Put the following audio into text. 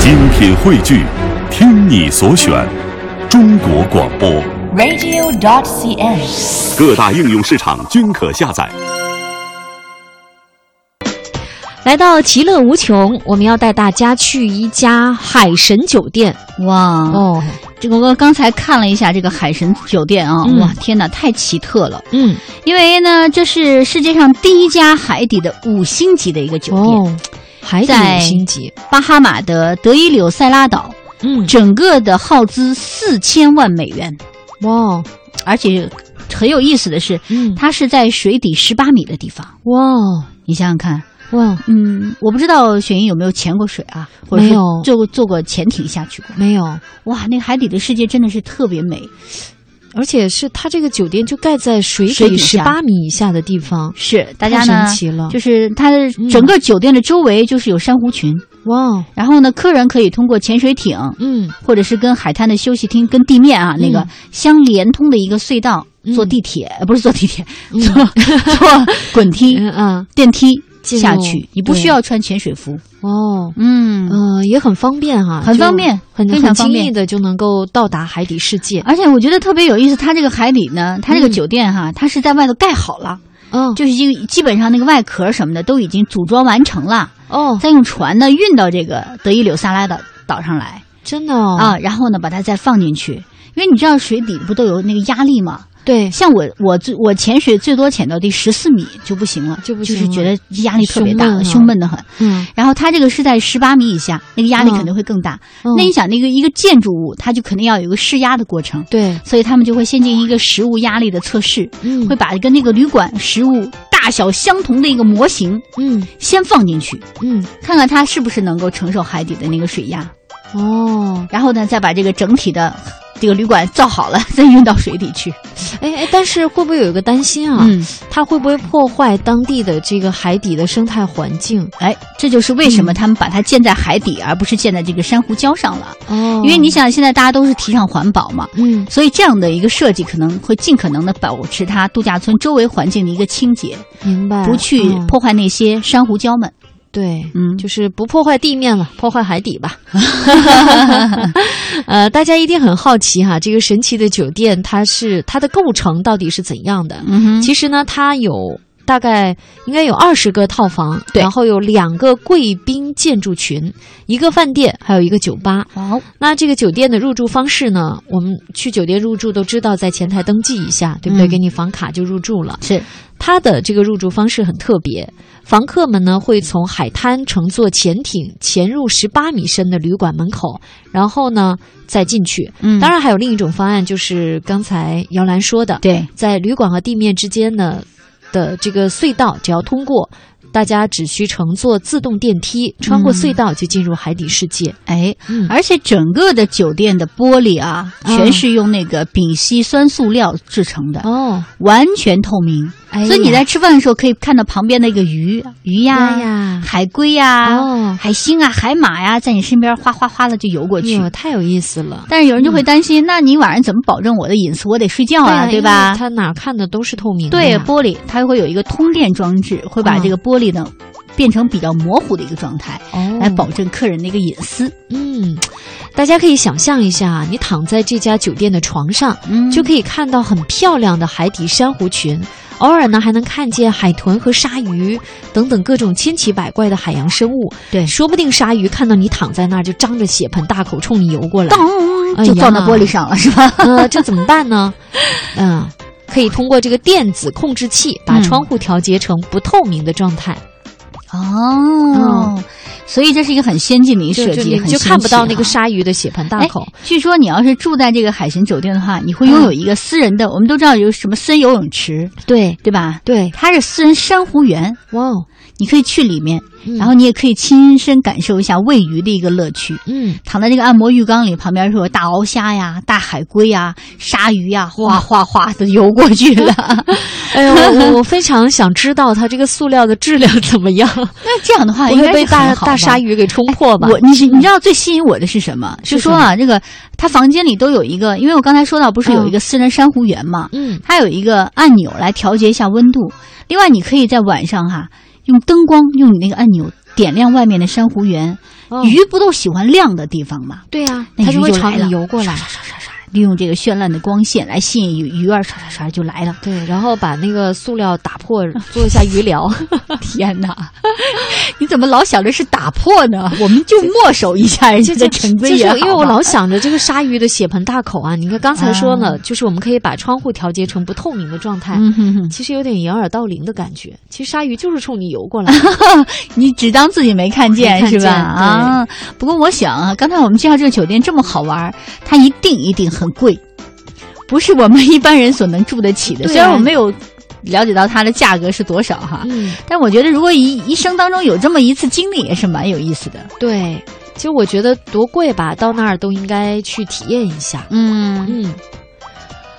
精品汇聚，听你所选，中国广播。 radio.cn。各大应用市场均可下载。来到其乐无穷，我们要带大家去一家海神酒店哇，哦，这个我刚才看了一下这个海神酒店啊，嗯哇，天哪，太奇特了！嗯，因为呢，这是世界上第一家海底的五星级的一个酒店，哦，海底在五星级，巴哈马的德伊柳塞拉岛，嗯，整个的耗资四千万美元，哇，而且很有意思的是，嗯，它是在水底十八米的地方，哇你想想看。哇，嗯，我不知道雪莹有没有潜过水啊，或者是没有坐过坐过潜艇下去过。没有，哇，那个海底的世界真的是特别美。而且是它这个酒店就盖在水水底底十下八米以下的地方，是，大家太呢神奇啊了就是它的嗯整个酒店的周围就是有珊瑚群，哇，然后呢，客人可以通过潜水艇，嗯，或者是跟海滩的休息厅跟地面啊、那个嗯相连通的一个隧道，嗯坐地铁、呃不是坐地铁，嗯坐坐滚梯、嗯啊，电梯进入下去，你不对需要穿潜水服，哦。嗯。嗯、也很方便哈、很就方便很非很常轻方便啊易的就能够到达海底世界。而且我觉得特别有意思，它这个海底呢，它这个嗯酒店哈、它是在外头盖好了，嗯，就是已经基本上那个外壳什么的都已经组装完成了，哦，再用船呢运到这个德伊柳萨拉岛岛上来真的哦，啊，然后呢把它再放进去，因为你知道水底不都有那个压力吗？对，像我我最我潜水最多潜到第十四米就不行了，就不就是行觉了得压力特别大胸闷啊了，胸闷的很。嗯，然后它这个是在十八米以下，那个压力嗯肯定会更大。嗯那你想，那个一个建筑物，它就肯定要有一个释压的过程，对，所以他们就会先进行一个实物压力的测试，嗯，会把跟那个旅馆实物大小相同的一个模型嗯先放进去，嗯，看看它是不是能够承受海底的那个水压，哦，然后呢，再把这个整体的这个旅馆造好了， 再运到水底去。哎哎，但是会不会有一个担心啊？嗯，它会不会破坏当地的这个海底的生态环境？哎，这就是为什么他们把它建在海底，而不是建在这个珊瑚礁上了。哦因为你，想，现在大家都是提倡环保嘛，嗯所以这样的一个设计可能会尽可能的保持它度假村周围环境的一个清洁，明白，不去嗯破坏那些珊瑚礁们。对，嗯，就是不破坏地面了，破坏海底 吧。 呃，大家一定很好奇哈，这个神奇的酒店它是它的构成到底是怎样的？嗯哼，其实呢，它有大概应该有二十个套房，对然后有两个贵宾建筑群，一个饭店，还有一个酒吧。好，那这个酒店的入住方式呢？我们去酒店入住都知道，在前台登记一下，对不对？嗯给你房卡就入住了。是它的这个入住方式很特别，房客们呢会从海滩乘坐潜艇潜入十八米深的旅馆门口，然后呢再进去。嗯当然，还有另一种方案，就是刚才姚兰说的，对，在旅馆和地面之间呢的这个隧道，只要通过，大家只需乘坐自动电梯，穿过嗯隧道就进入海底世界。哎，嗯而且整个的酒店的玻璃啊，嗯全是用那个丙烯酸塑料制成的，哦，完全透明。哎呀所以你在吃饭的时候可以看到旁边那个鱼、鱼呀、哎呀海龟呀、哦哎海星啊、海马呀，在你身边哗哗哗的就游过去。哟，太有意思了。但是有人就会担心，那你晚上怎么保证我的隐私？我得睡觉啊，嗯对啊对因吧为？它哪儿看的都是透明的对呀，玻璃，它会有一个通电装置，会把嗯这个玻璃呢变成比较模糊的一个状态，哦来保证客人的一个隐私。嗯，大家可以想象一下，你躺在这家酒店的床上，嗯就可以看到很漂亮的海底珊瑚群，偶尔呢还能看见海豚和鲨鱼等等各种千奇百怪的海洋生物。对说不定鲨鱼看到你躺在那儿，就张着血盆大口冲你游过 来，哎当呀就撞到玻璃上了，是吧？呃，这怎么办 呢？嗯、可以通过这个电子控制器把嗯窗户调节成不透明的状态。哦，所以这是一个很先进的一个就设就计，你很就新看不奇到那个哈鲨鱼的血盆大哎口。据说你要是住在这个海神酒店的话，你会拥有一个私人的，我们都知道有什么私人游泳池，对对吧？对，它是私人珊瑚园，哇哦，你可以去里面，嗯然后你也可以亲身感受一下喂鱼的一个乐趣。嗯，躺在这个按摩浴缸里，旁边是有大鳌虾呀、大海龟呀、鲨鱼呀，哗哗哗的游过去了。 哎呦，我我我非常想知道它这个塑料的质量怎么样， 那这样的话，不应会该被是大很好大吧鲨鱼给冲破吧？我你是你知道最吸引我的是什么？是就说啊，这个他房间里都有一个，因为我刚才说到不是有一个私人珊瑚园嘛，嗯，它有一个按钮来调节一下温度。另外，你可以在晚上哈、用灯光用你那个按钮点亮外面的珊瑚园，哦鱼不都喜欢亮的地方吗？对哎呀，那它鱼会就朝来了你游过来，利用这个绚烂的光线来吸引鱼鱼儿，唰唰唰就 来了。对，然后把那个塑料打破， 做一下鱼 疗。天哪， 你怎么老想着是打破呢？我们就没收一下人家的陈规就是也好吧因为我老想着这个鲨鱼的血盆大口啊，你看刚才说呢，就是我们可以把窗户调节成不透明的状态，嗯哼哼，其实有点掩耳盗铃的感觉。其实鲨鱼就是冲你游过 来，你只当自己没看见没看是见吧？啊，不过我想啊，刚才我们介绍这个酒店这么好玩儿，它一定一定很贵，不是我们一般人所能住得起的。对啊虽然我没有了解到它的价格是多少哈，嗯，但我觉得如果一一生当中有这么一次经历，也是蛮有意思的。对。其实我觉得多贵吧，到那儿都应该去体验一下。嗯，嗯，